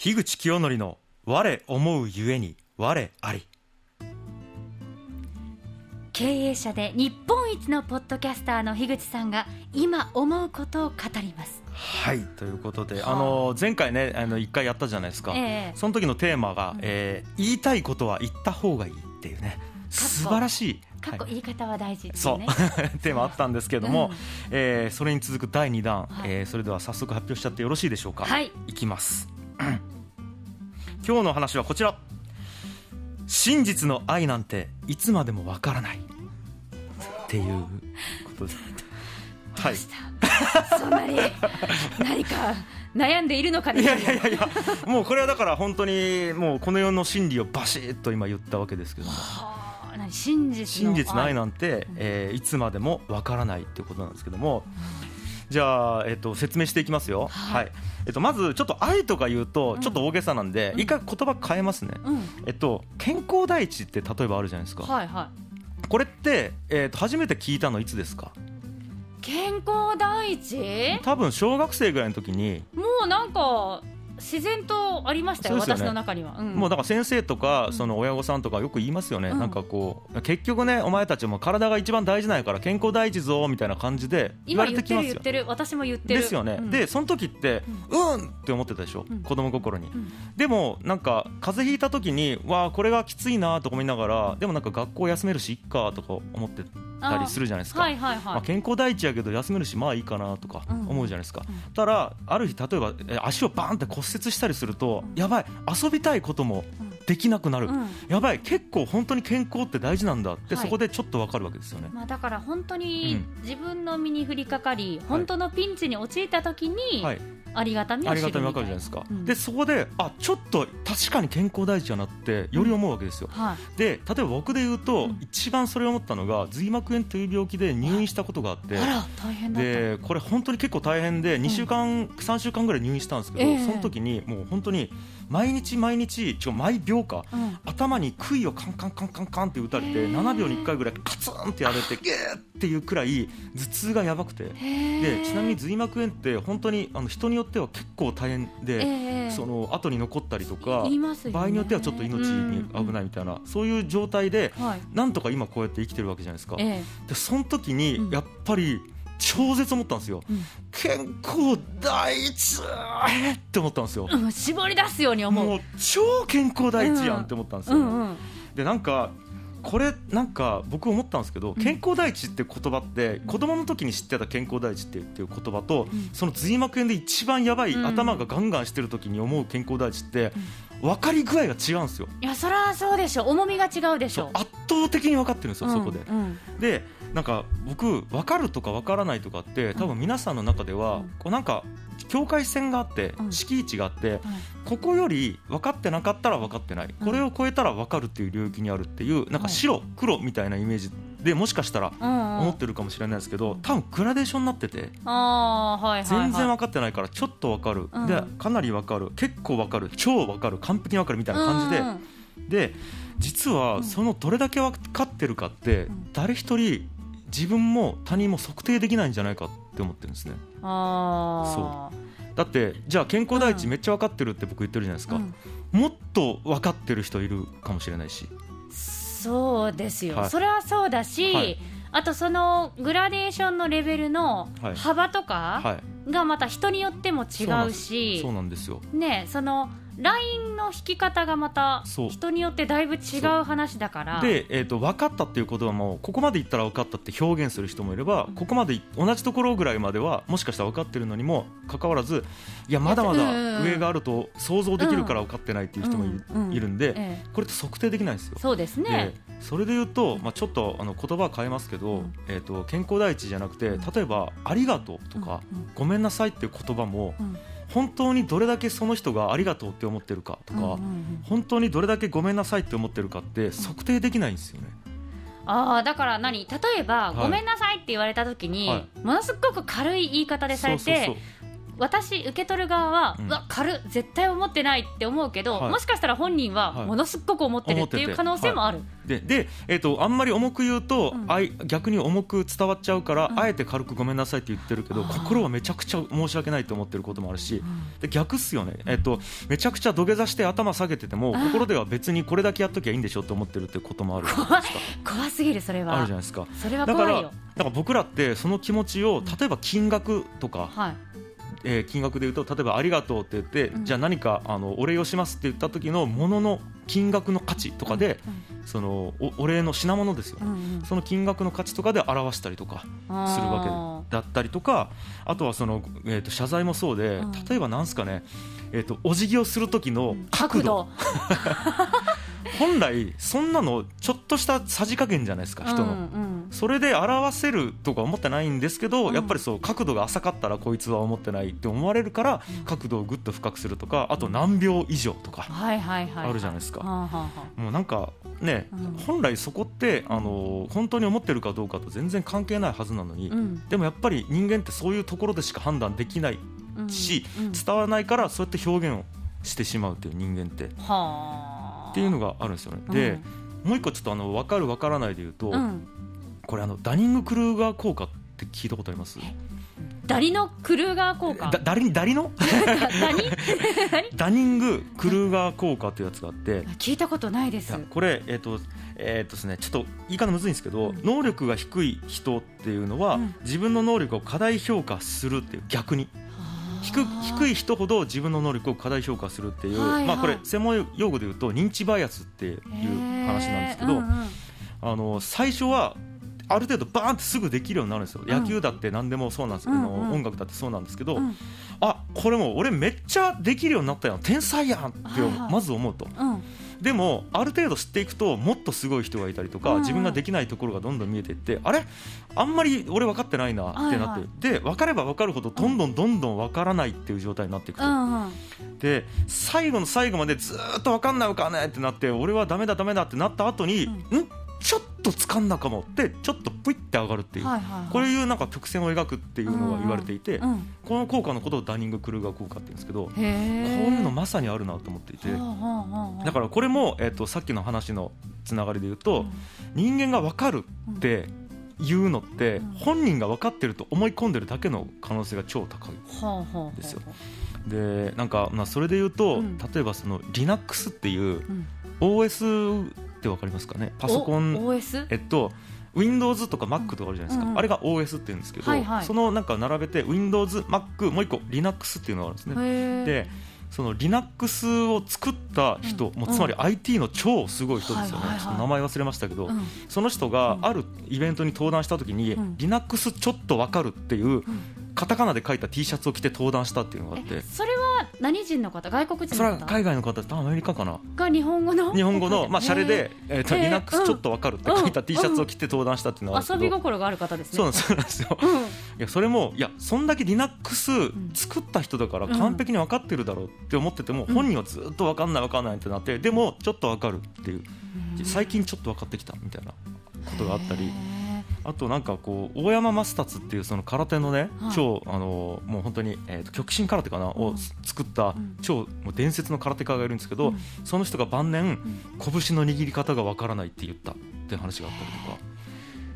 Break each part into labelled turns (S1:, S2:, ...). S1: 樋口清則の「我思うゆえに我あり
S2: 経営者で日本一のポッドキャスターの樋口さんが今思うことを語ります」。
S1: はいということで、
S2: はあ
S1: あの前回ねあの1回やったじゃないですか、
S2: ええ
S1: その時のテーマが、
S2: うん
S1: えー言いたいことは言った方がいい」っていうね
S2: かっこ
S1: 素晴らしい。
S2: かっこ
S1: はい
S2: 言い方は大事です
S1: そ
S2: よ
S1: う、
S2: ね。
S1: テーマあったんですけれども、
S2: うん
S1: えーそれに続く第2弾、
S2: はい
S1: えーそれでは早速発表しちゃってよろしいでしょうか。
S2: はい、
S1: いきます。 今日の話はこちら。真実の愛なんていつまでもわからない。っていうことです。はい。
S2: どうした。そんなに何か悩んでいるのかね。
S1: いやいやいやいや、もうこれはだから本当にもうこの世の真理をバシッと今言ったわけですけども。
S2: はあ何真実の
S1: 真
S2: 愛
S1: 実の愛なんて、えーいつまでもわからないっていうことなんですけども。じゃあ、えっと、説明していきますよ、
S2: は
S1: はいいえっと、まずちょっと愛とか言うと
S2: うん
S1: ちょっと大げさなんで、
S2: うん
S1: 一回言葉変えますね、
S2: うん。
S1: えっと、健康第一って例えばあるじゃないですか、
S2: はいは
S1: これって、えーと初めて聞いたのいつですか
S2: い。健康第一？
S1: 多分小学生ぐらいの時に、
S2: もうなんか自然とありましたよ
S1: そうですよ
S2: 私
S1: ね
S2: の中には。うん
S1: もうだから先生と
S2: う
S1: か
S2: ん
S1: その親御さんとかよく言いますよね、
S2: うん
S1: なんかこう結局ねお前たちも体が一番大事なんやから健康第一ぞみたいな感じで言わ
S2: 今
S1: れて
S2: 言っ
S1: き
S2: て
S1: ま
S2: る
S1: す
S2: 言っ
S1: よ
S2: てる私も言ってる。
S1: ですよね、
S2: うん
S1: でその時ってうん、って思ってたでしょ、
S2: うん
S1: 子供心に、
S2: ん
S1: でもなんか風邪ひいた時にわあこれがきついなとか思いながらでもなんか学校休めるしいっかとか思ってたりするじゃないですか、
S2: はいはいはい。
S1: まあ、健康第一やけど休めるしまあいいかなとか
S2: うん
S1: 思うじゃないですか、
S2: うん
S1: ただある日例えばえ足をバーンって骨折したりすると、
S2: うん
S1: やばい遊びたいこともできなくなる、
S2: うん。
S1: やばい結構本当に健康って大事なんだって、
S2: はい
S1: そこでちょっとわかるわけですよね、
S2: まあ、だから本当に自分の身に降りかかり、本当のピンチに陥った時に
S1: はい、
S2: ありがたみを
S1: あ
S2: 知
S1: り
S2: る
S1: が
S2: みた
S1: た
S2: い
S1: み
S2: な、
S1: わかるじゃないですか、
S2: うん
S1: でそこであちょっと確かに健康第一やなってより思うわけですよ、
S2: はい、
S1: で例えば僕で言うと、
S2: うん
S1: 一番それを思ったのが髄膜炎という病気で入院したことがあって
S2: あら大変だった
S1: でこれ本当に結構大変で2週間、3週間ぐらい入院したんですけど、
S2: ええ
S1: その時にもう本当に毎日毎日ちょ毎秒か
S2: うん、
S1: 頭に杭をカンカンカンカンカンって打たれて、
S2: ええ
S1: 7秒に1回ぐらいカツンってやられてゲーっていうくらい頭痛がやばくて。
S2: へ
S1: で
S2: ー
S1: ちなみに髄膜炎って本当にあの人によっては結構大変
S2: え
S1: で、
S2: え
S1: その後に残ったりとか
S2: 言いますよね
S1: 場合によってはちょっと命に危ないみたいな、そういう状態で
S2: うんはい
S1: なんとか今こうやって生きてるわけじゃないですか
S2: ええ
S1: でその時
S2: うん
S1: にやっぱり超絶思ったんですよ、
S2: うん
S1: 健康第一えーって思ったんですよ
S2: うん絞り出すように思う
S1: もう超健康第一やんって思ったんです
S2: う
S1: よ、
S2: んうん
S1: でなんかこれなんか僕思ったんですけど
S2: ん
S1: 健康第一って言葉って子供の時に知ってた健康第一っていう言葉と
S2: うん
S1: その髄膜炎で一番やばい
S2: うん
S1: 頭がガンガンしてる時に思う健康第一って分かり具合が違うんですよ
S2: いやそりゃそうでしょ重みが違うでし
S1: そう
S2: ょ
S1: 圧倒的に分かってるんですよそこで
S2: うんうん
S1: でなんか僕分かるとか分からないとかって多分皆さんの中で
S2: う
S1: は
S2: ん
S1: こうなんか境界線があって
S2: うん
S1: 敷地があって
S2: はい
S1: ここより分かってなかったら分かってない
S2: うん
S1: これを超えたら分かるっていう領域にあるっていうなん
S2: は
S1: か
S2: い
S1: 白黒みたいなイメージでもしかしたら
S2: うんう
S1: 思
S2: ん
S1: ってるかもしれないですけど多分グラデーションになってて
S2: ああはいはい、はい、
S1: 全然分かってないからちょっと分かる
S2: うん
S1: でかなり分かる結構分かる超分かる完璧に分かるみたいな感じで
S2: うんうん
S1: で実
S2: う
S1: は
S2: ん
S1: そのどれだけ分かってるかって
S2: ん
S1: 誰一人自分も他人も測定できないんじゃないかって思ってるんですね
S2: あ
S1: だってじゃあ健康第一
S2: うん
S1: めっちゃ分かってるって僕言ってるじゃないです
S2: あ、
S1: か、
S2: うん
S1: もっと分かってる人いるかもしれないし
S2: そうですよ、
S1: はい
S2: それはそうだし、
S1: はい
S2: あとそのグラデーションのレベルの
S1: はい
S2: 幅とか
S1: はい
S2: がまた人によっても違うし、
S1: そうなんですよ
S2: ね、そのラインの引き方がまた
S1: そう
S2: 人によってだいぶ違う話だから。
S1: で、えー、と分かったっていう言葉もここまで言ったら分かったって表現する人もいればここまでい同じところぐらいまではもしかしたら分かってるのにもかかわらずいやまだまだ上があると想像できるから分かってないっていう人もい,、
S2: うんうん
S1: いるんで
S2: え
S1: これって測定できないんですよ
S2: え、。そうですね
S1: でそれで言うと、まあ、ちょっとあの言葉は変えますけど、
S2: うん
S1: えー、と健康第一じゃなくて
S2: うん
S1: 例えば「ありがとう」とか、
S2: うん
S1: ごめんなさい」っていう言葉も
S2: うんうん
S1: 本当にどれだけその人が「ありがとう」って思ってるかとか、
S2: うんうんうん
S1: 本当にどれだけ「ごめんなさい」って思ってるかって測定できないんですよね。
S2: ああだから何例えば、
S1: はい
S2: ごめんなさい」って言われた時に、
S1: は
S2: ものすごく軽い言い方でされて
S1: そうそうそう
S2: 私受け取る側は、う
S1: うん
S2: わ軽っ絶対思ってないって思うけど、
S1: はい
S2: もしかしたら本人は
S1: はい
S2: ものすっごく思ってるってい
S1: 思って
S2: う
S1: て
S2: 可能性もある、
S1: でで、えっとあんまり重く言うと、
S2: うん
S1: あい逆に重く伝わっちゃうから、
S2: うん
S1: あえて軽くごめんなさいって言ってるけど
S2: あー
S1: 心はめちゃくちゃ申し訳ないと思ってることもあるし
S2: う。ん
S1: で逆っすよね、えっと、めちゃくちゃ土下座して頭下げてても
S2: あー
S1: 心では別にこれだけやっときゃいいんでしょって思ってるってこともあるじゃないですか
S2: 怖すぎるそれ
S1: ある
S2: は
S1: じゃないですか
S2: それは
S1: だか
S2: 怖
S1: らだ
S2: いよ
S1: から僕らってその気持ちを例えば金額とか、
S2: はい
S1: えー金額で言うと例えば「ありがとう」って言って、
S2: うん
S1: じゃあ何かあのお礼をしますって言った時のものの金額の価値とかで、そのおお礼の品物ですよね、
S2: うんうんうん
S1: その金額の価値とかで表したりとかするわけだったりとかあとはその、えー、と謝罪もそうで、
S2: うん
S1: 例えばなんですかね、えー、とお辞儀をする時の
S2: うん
S1: 角
S2: 角
S1: 度
S2: 度
S1: 本来そんなのちょっとしたさじ加減じゃないですか人の。
S2: うんうん
S1: それで表せるとか思ってないんですけど、
S2: うん
S1: やっぱりそう角度が浅かったらこいつは思ってないって思われるから
S2: うん
S1: 角度をぐっと深くするとかあと何秒以上とか
S2: はいはいはいはい
S1: あるじゃないですか
S2: はあはあは
S1: もうなんかね、
S2: うん
S1: 本来そこってあのー本当に思ってるかどうかと全然関係ないはずなのに、
S2: あうん
S1: でもやっぱり人間ってそういうところでしか判断できない
S2: うん
S1: し、
S2: うん
S1: 伝わらないからそうやって表現をしてしまうっていう人間ってっ
S2: はあ
S1: ていうのがあるんですよね。で、もう一個ちょっとあの分かる分からないで言うと、
S2: うんうん
S1: これあのダニング・クルーガー効果って聞いたことあります
S2: ダリのクルーガー効果
S1: だダリダリ の
S2: 何
S1: ダニング・クルーガー効果というやつがあって
S2: 聞いたことないで
S1: い
S2: す
S1: やこれえっ、とえっ、とですねちょっと言い方むずいんですけど、
S2: うん
S1: 能力が低い人っていうのは、
S2: うん
S1: 自分の能力を過大評価するっていう逆に低低
S2: い
S1: い人ほど自分の能力を過大評価するっていう、
S2: はいはい
S1: まあ、これ専門用語で言うと認知バイアスっていう話なんですけど、あの最初はある程度バーンってすぐできるようになるんですよ、
S2: ん
S1: 野球だって何でもそうなんですけど、
S2: うんうん
S1: 音楽だってそうなんですけど、あこれもう俺めっちゃできるようになったよ天才やんって
S2: はいはい
S1: まず思うと
S2: うん
S1: でもある程度知っていくともっとすごい人がいたりとか、
S2: うんうん
S1: 自分ができないところがどんどん見えていってあれあんまり俺分かってないなってなって、
S2: はいはい
S1: で分かれば分かるほどどんどんどんどん分からないっていう状態になっていく
S2: う
S1: と、
S2: んうん
S1: で最後の最後までずーっと分かんない分かんないってなって俺はダメだダメだってなった後に、、
S2: うん
S1: ちょっと掴んだかもってちょっとプイって上がるっていう、
S2: はいはいはい
S1: こういうなんか曲線を描くっていうのが言われていて、
S2: うん
S1: この効果のことをダニング・クルーガー効果って言うんですけど、
S2: へえ
S1: こういうのまさにあるなと思っていて、だからこれも、えっとさっきの話のつながりで言うと、人間が分かるっ
S2: で
S1: て言うのって、
S2: うん
S1: 本人が分かってると思い込んでるだけの可能性が超高い。ですよでなんか、まあ、それで言うと、
S2: うん
S1: 例えばその Linux っていう OS って分かりますかねパ
S2: パ
S1: ソコン、
S2: OS
S1: えっと Windows とか Mac とかあるじゃないですか、
S2: うんうん
S1: あれが OS って言うんですけど、
S2: はいはい
S1: そのなんか並べて Windows、Mac もう一個 Linux っていうのがあるんですね。
S2: へえ
S1: でその Linux を作った人、
S2: うん
S1: もうつまり IT の超すごい人ですよね、
S2: はいはいはい
S1: ちょっと名前忘れましたけど、
S2: うん
S1: その人
S2: う
S1: が
S2: ん
S1: あるイベントに登壇した時に、
S2: うん
S1: Linux ちょっとわかるっていうカタカナで書いた T シャツを着て登壇したっていうのがあっ
S2: え
S1: て
S2: それは何人の方外国人
S1: それ
S2: の
S1: は
S2: 方
S1: 海外の方多分アメリカかな
S2: が日本語の
S1: 日本語 の、まあ、シャレで、えーと
S2: へー
S1: Linux ちょっとわかるって書いた
S2: うん
S1: T シャツを着て登壇したっていうのがある
S2: 遊
S1: んで
S2: び
S1: すけど
S2: 心がある方ですね
S1: そうなんですそうなんですよ
S2: うん
S1: いやそれもいやそんだけ Linux
S2: ん
S1: 作った人だから
S2: うん
S1: 完璧に分かってるだろうって思ってても
S2: うん
S1: 本人はずっと分かんない分かんないってなってでもちょっと分かるっていう最近ちょっと分かってきたみたいなことがあったり
S2: へ
S1: あとなんかこう大山マスタツっていうその空手のね
S2: はい
S1: 超あのもう本当にえーと極真空手かな
S2: う
S1: を
S2: ん
S1: 作った
S2: うん
S1: 超もう伝説の空手家がいるんですけ
S2: えう
S1: ど
S2: ん
S1: その人が晩年
S2: うん
S1: 拳の握り方が分からないって言ったって話があったりとか。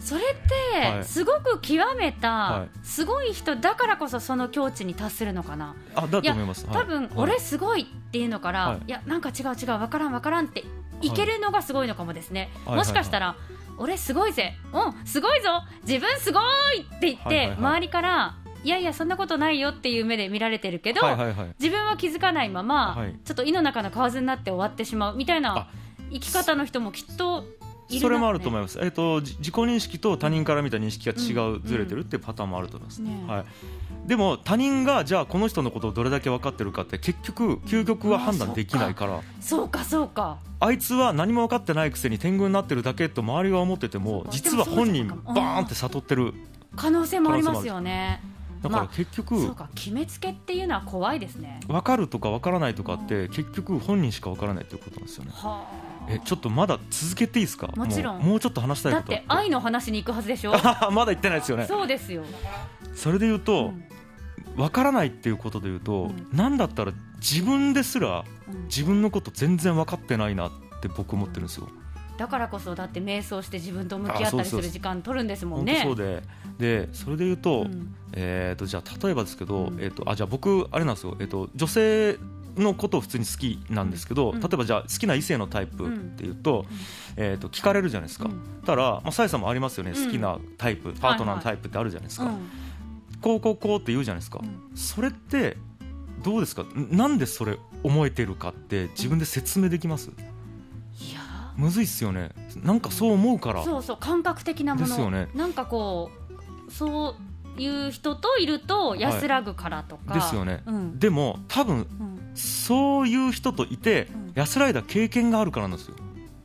S2: それっ
S1: は
S2: て
S1: い
S2: すごく極めた
S1: は
S2: すごい人だからこそその境地に達するのかな
S1: あだと思います。はい
S2: 多分
S1: はい
S2: 俺すごいっていうのから、
S1: はい
S2: い、やなんか違う違うわからんわからんっていけるのがすごいのかもですね、
S1: はい
S2: もしかしたら、俺すごいぜうんすごいぞ自分すごいって言って、
S1: はいはいはい
S2: 周りからいやいやそんなことないよっていう目で見られてるけど、
S1: はいはいはい
S2: 自分は気づかないまま、
S1: はい
S2: ちょっと胃の中の蛙になって終わってしまうみたいな
S1: あ
S2: 生き方の人もきっといるなってね
S1: それもあると思います、えっとじ自己認識と他人から見た認識が違う、
S2: うん
S1: ずれてるっていうパターンもあると思います、
S2: ねえ
S1: はい、でも他人がじゃあこの人のことをどれだけ分かってるかって結局究極は判断できないから。
S2: そうかそうか
S1: あいつは何も分かってないくせに天狗になってるだけと周りは思ってても
S2: そう
S1: 実は本人
S2: で
S1: バ
S2: もそうじゃないかも
S1: ーンって悟ってる
S2: 可能性もありますよね
S1: だから結
S2: そう
S1: 局
S2: か決めつけっていうのは怖いですね
S1: 分かるとか分からないとかって結局本人しか分からないっていうことなんですよね
S2: はあ
S1: えちょっとまだ続けていいですか
S2: もちろん
S1: うもうちょっと話したい
S2: だ
S1: こ
S2: っ
S1: とあ
S2: て愛の話に行くはずでしょ
S1: ってまだ言ってないですよね
S2: そうですよ、
S1: それで言うと、
S2: うん
S1: 分からないっていうことで言うと、なんだったら自分ですら
S2: うん
S1: 自分のこと全然分かってないなって僕思ってるんですよ。
S2: だからこそだって瞑想して自分と向き合った
S1: あそう
S2: り
S1: そ
S2: す
S1: う
S2: る時間取るんですもん
S1: 本当
S2: ね。
S1: そうででそれで言うと,、
S2: うん
S1: えー、とじゃあ例えばですけど、
S2: うん
S1: えー、とあじゃあ僕あれなんですよ、えー、と女性のことを普通に好きなんですけど、
S2: うん
S1: 例えばじゃあ好きな異性のタイプっていうと,、
S2: うん
S1: えー、と聞かれるじゃないですか、
S2: うん
S1: たら、まあ、さやさんもありますよね、
S2: うん
S1: 好きなタイプパートナーのタイプってあるじゃないですか、
S2: うん
S1: こうこうこうって言うじゃないですか、
S2: うん
S1: それってどうですかんなんでそれ思えてるかって自分で説明できます
S2: いや
S1: むずいっすよねなんかそう思うから
S2: ーそうそう感覚的な
S1: で
S2: も
S1: すよ
S2: の、
S1: ね
S2: なんかこうそういう人といると安らぐからとか、
S1: ですよね
S2: うん
S1: でも多分
S2: うん、
S1: そういう人といて
S2: うん
S1: 安らいだ経験があるからなんですよ、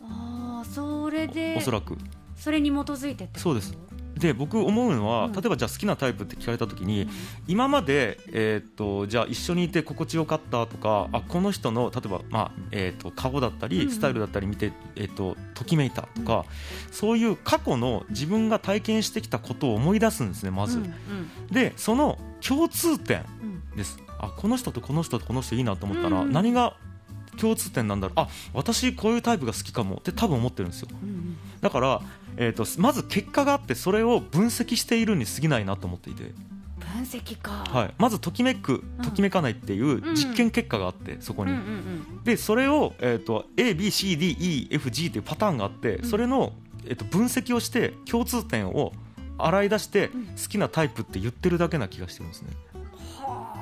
S2: ああそれで
S1: おそらく
S2: それに基づいてってこと
S1: そうですで僕思うのは、
S2: うん
S1: 例えばじゃあ好きなタイプって聞かれた時に、
S2: うん
S1: 今まで、えー、とじゃあ一緒にいて心地よかったとかあこの人の例えば、まあえー、と顔だった
S2: うんう
S1: り
S2: ん
S1: スタイルだったり見て、えー、とときめいたとか、そういう過去の自分が体験してきたことを思い出すんですねまず。
S2: うんうん
S1: でその共通点
S2: うん
S1: ですあこの人とこの人とこの人いいなと思ったら、
S2: うん
S1: 何が共通点なんだろうあ私こういうタイプが好きかもって多分思ってるんですよ
S2: うん
S1: だから、えー、とまず結果があってそれを分析しているに過ぎないなと思っていて、
S2: 分析か、
S1: はい、まずときめく
S2: うん
S1: ときめかないっていう
S2: うん
S1: 実験結果があってそこ
S2: うんう
S1: に、
S2: んうん
S1: でそれを、えー、と ABCDEFG っていうパターンがあって
S2: うん
S1: それの、えー、と分析をして共通点を洗い出して
S2: うん
S1: 好きなタイプって言ってるだけな気がしてるんですね。
S2: は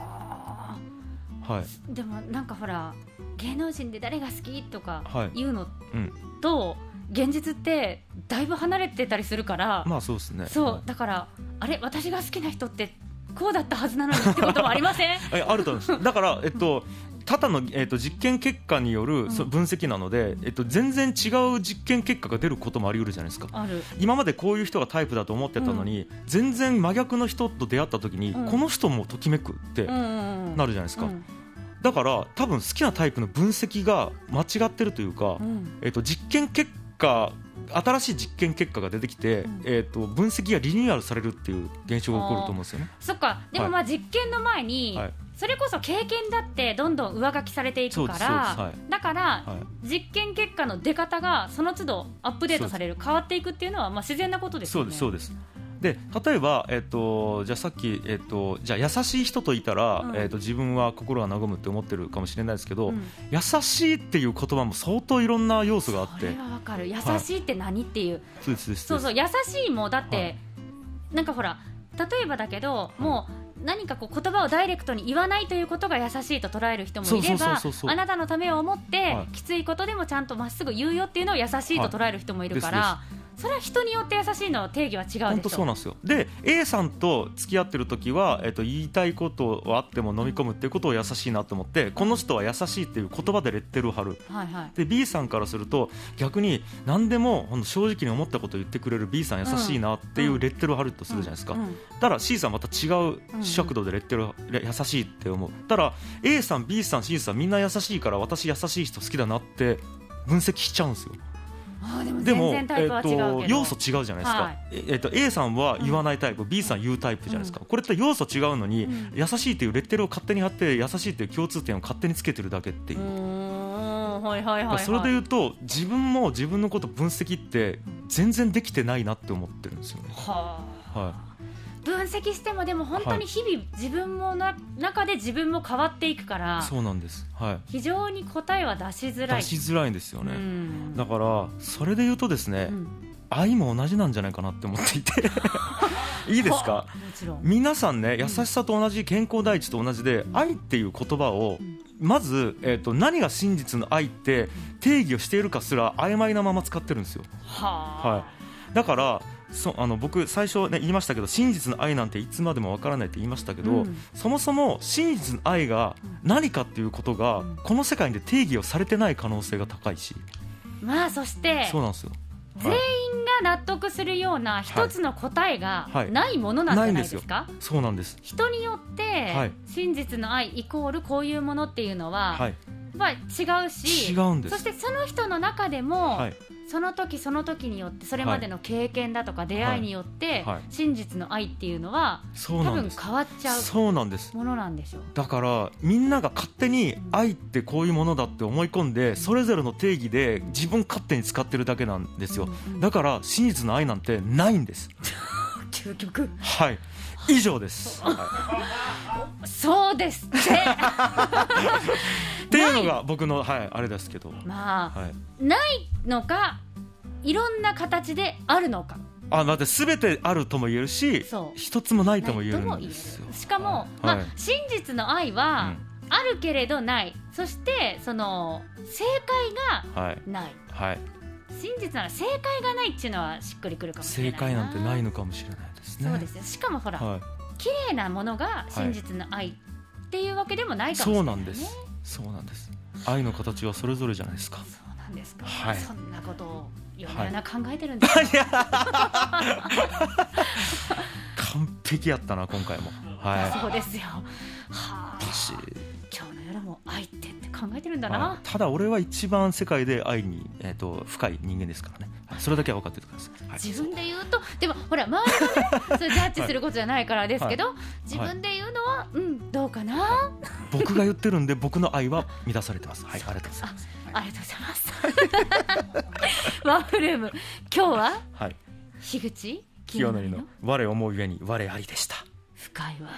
S2: あ
S1: はい、
S2: でもなんかほら芸能人で誰が好きとか
S1: はい
S2: 言うの
S1: うん
S2: と、現実ってだいぶ離れてたりするから、
S1: まあそうですね
S2: そうだからあれ私が好きな人ってこうだったはずな のにってこともありません
S1: えあると思いますだから、えっと、ただの、えっと、実験結果によ
S2: ん
S1: るそ分析なので、えっと、全然違う実験結果が出ることもあり得るじゃないですか
S2: ある
S1: 今までこういう人がタイプだと思ってたのに、全然真逆の人と出会った時に、
S2: うん
S1: この人もときめくって
S2: うんうんうん
S1: なるじゃないですか、
S2: うん
S1: だから多分好きなタイプの分析が間違ってるというか、
S2: うん
S1: えっと、実験結果新しい実験結果が出てきて、
S2: うん
S1: えっと、分析がリニューアルされるっていう現象が起こると思うんですよね。
S2: そっかでもまあ実験の前に、
S1: はい
S2: それこそ経験だってどんどん上書きされていくから、
S1: そうですそうです
S2: だから、
S1: はい
S2: 実験結果の出方がその都度アップデートされる変わっていくっていうのはまあ自然なことです
S1: そ
S2: よ
S1: うで
S2: ね
S1: すそうですで例えば、えっとじゃあさっき、えっとじゃあ優しい人といたら、
S2: うん
S1: えっと自分は心が和むって思ってるかもしれないですけど、
S2: うん
S1: 優しいっていう言葉も相当いろんな要素があっ
S2: そ
S1: て
S2: れはわかる優しいって何っていう、
S1: そうですです
S2: そうそうう優しいもだって、
S1: はい
S2: なんかほら例えばだけどもう何かこう言葉をダイレクトに言わないということが優しいと捉える人もいれ
S1: そうそう
S2: ば
S1: そうそう
S2: あなたのためを思って、
S1: はい
S2: きついことでもちゃんとまっすぐ言うよっていうのを優しいと捉える人もいるから、
S1: は
S2: それは人によって優しいの定義は違う
S1: 本
S2: で
S1: 当
S2: し
S1: そう
S2: ょ
S1: なんですよで A さんと付き合ってる時は、えっと言いたいことはあっても飲み込むっていうことを優しいなと思ってこの人は優しいっていう言葉でレッテルを貼る
S2: はいはい
S1: で B さんからすると逆に何でもほんと正直に思ったことを言ってくれる B さん優しいなっていうレッテルを貼るとするじゃないですか、
S2: うんうん
S1: たら C さんまた違う尺度でレッテルを優しいって思うたら A さん B さん C さんみんな優しいから私優しい人好きだなって分析しちゃうんですよ
S2: あーでも
S1: で
S2: 全
S1: も、
S2: 然タイプは違うけど、
S1: えっと要素違うじゃないですか、
S2: はい
S1: ええっと A さんは言わないタイプ、B さん言うタイプじゃないですか、これって要素違うのに、
S2: うん
S1: 優しいっていうレッテルを勝手に貼って優しいっていう共通点を勝手につけてるだけっていう
S2: う、ーんはいはいはい、
S1: ま
S2: は
S1: あ
S2: い、
S1: それで言うと自分も自分のこと分析って全然できてないなって思ってるんですよね。
S2: はあ
S1: は
S2: 分析してもでも本当に日々自分もな中で自分も変わっていくから
S1: い、そうなんです、はい、
S2: 非常に答えは出しづらい
S1: 出しづらいんですよね、
S2: うん
S1: だからそれで言うとですね、
S2: うん
S1: 愛も同じなんじゃないかなって思っていて いいです
S2: は
S1: か
S2: もちろん
S1: 皆さんね優しさと同じ健康第一と同じで愛っていう言葉をまず、えー、と何が真実の愛って定義をしているかすら曖昧なまま使ってるんですよ
S2: は
S1: はだからそあの僕最初、ね、言いましたけど真実の愛なんていつまでもわからないって言いましたけど、
S2: うん
S1: そもそも真実の愛が何かっていうことが
S2: うん
S1: この世界で定義をされてない可能性が高いし
S2: まあそして
S1: そうなんですよ。
S2: 全
S1: はい
S2: 員が納得するような一つの答えが
S1: はい
S2: ないものなんじゃない
S1: ない
S2: で
S1: んです
S2: す
S1: よ
S2: か、
S1: そうなんです
S2: 人によって
S1: はい
S2: 真実の愛イコールこういうものっていうのは、
S1: はい
S2: は違うし
S1: 違うんです
S2: そしてその人の中でも、
S1: はい
S2: その時その時によってそれまでの経験だとか出会いによって、
S1: はいはい
S2: 真実の愛っていうのは
S1: そう
S2: 多
S1: なん
S2: 分
S1: です
S2: 変わっちゃう
S1: そうなんです
S2: ものなんでしょう。
S1: だからみんなが勝手に
S2: うん
S1: 愛ってこういうものだって思い込んでそれぞれの定義で自分勝手に使ってるだけなんですよ
S2: うんうん
S1: だから真実の愛なんてないんです
S2: 究極
S1: はい以上です、は
S2: そうですって
S1: い、っていうのが僕の、はい、あれですけど、は
S2: まあ
S1: い、
S2: ないのかいろんな形であるのか
S1: あだって全てあるとも言えるし
S2: そう
S1: 一つもない
S2: な
S1: と
S2: いと
S1: も
S2: も
S1: 言えるん
S2: 言え
S1: ですよ
S2: るしかも、
S1: はい
S2: まあ、真実の愛は、あるけれどないそしてその正解
S1: うんはい
S2: がない
S1: はい
S2: 真実なら正解がないっていうのはしっくりくるかもしれ
S1: 正
S2: ない
S1: 解なんてないのかもしれないですね
S2: そうですよしかもほら、
S1: はい
S2: 綺麗なものが真実の愛っていうわけでもないか
S1: そ
S2: もしれ
S1: う
S2: な、
S1: ないん
S2: ね
S1: ですそうなんです愛の形はそれぞれじゃないですか
S2: そうなんですか、
S1: はい
S2: そんなことを夜な
S1: はい
S2: 夜な考えてるんですか、
S1: いや完璧やったな今回もは
S2: そうですよはあ
S1: いし
S2: 今日の夜も愛ってって考えてるんだ
S1: まあ
S2: な、
S1: ただ俺は一番世界で愛に、えー、と深い人間ですからねはいそれだけは分かっててください、はい、
S2: 自分で言うとでもほら周りがねそれジャッジすることじゃないからですけど、自分で言うのは、うんどうかな、
S1: 僕が言ってるんで僕の愛は乱されてますはいありがとうございます
S2: ありがとうございますワッフルーム今日は
S1: はい
S2: 樋口
S1: 清則の我思うゆえに我ありでした
S2: 深いわ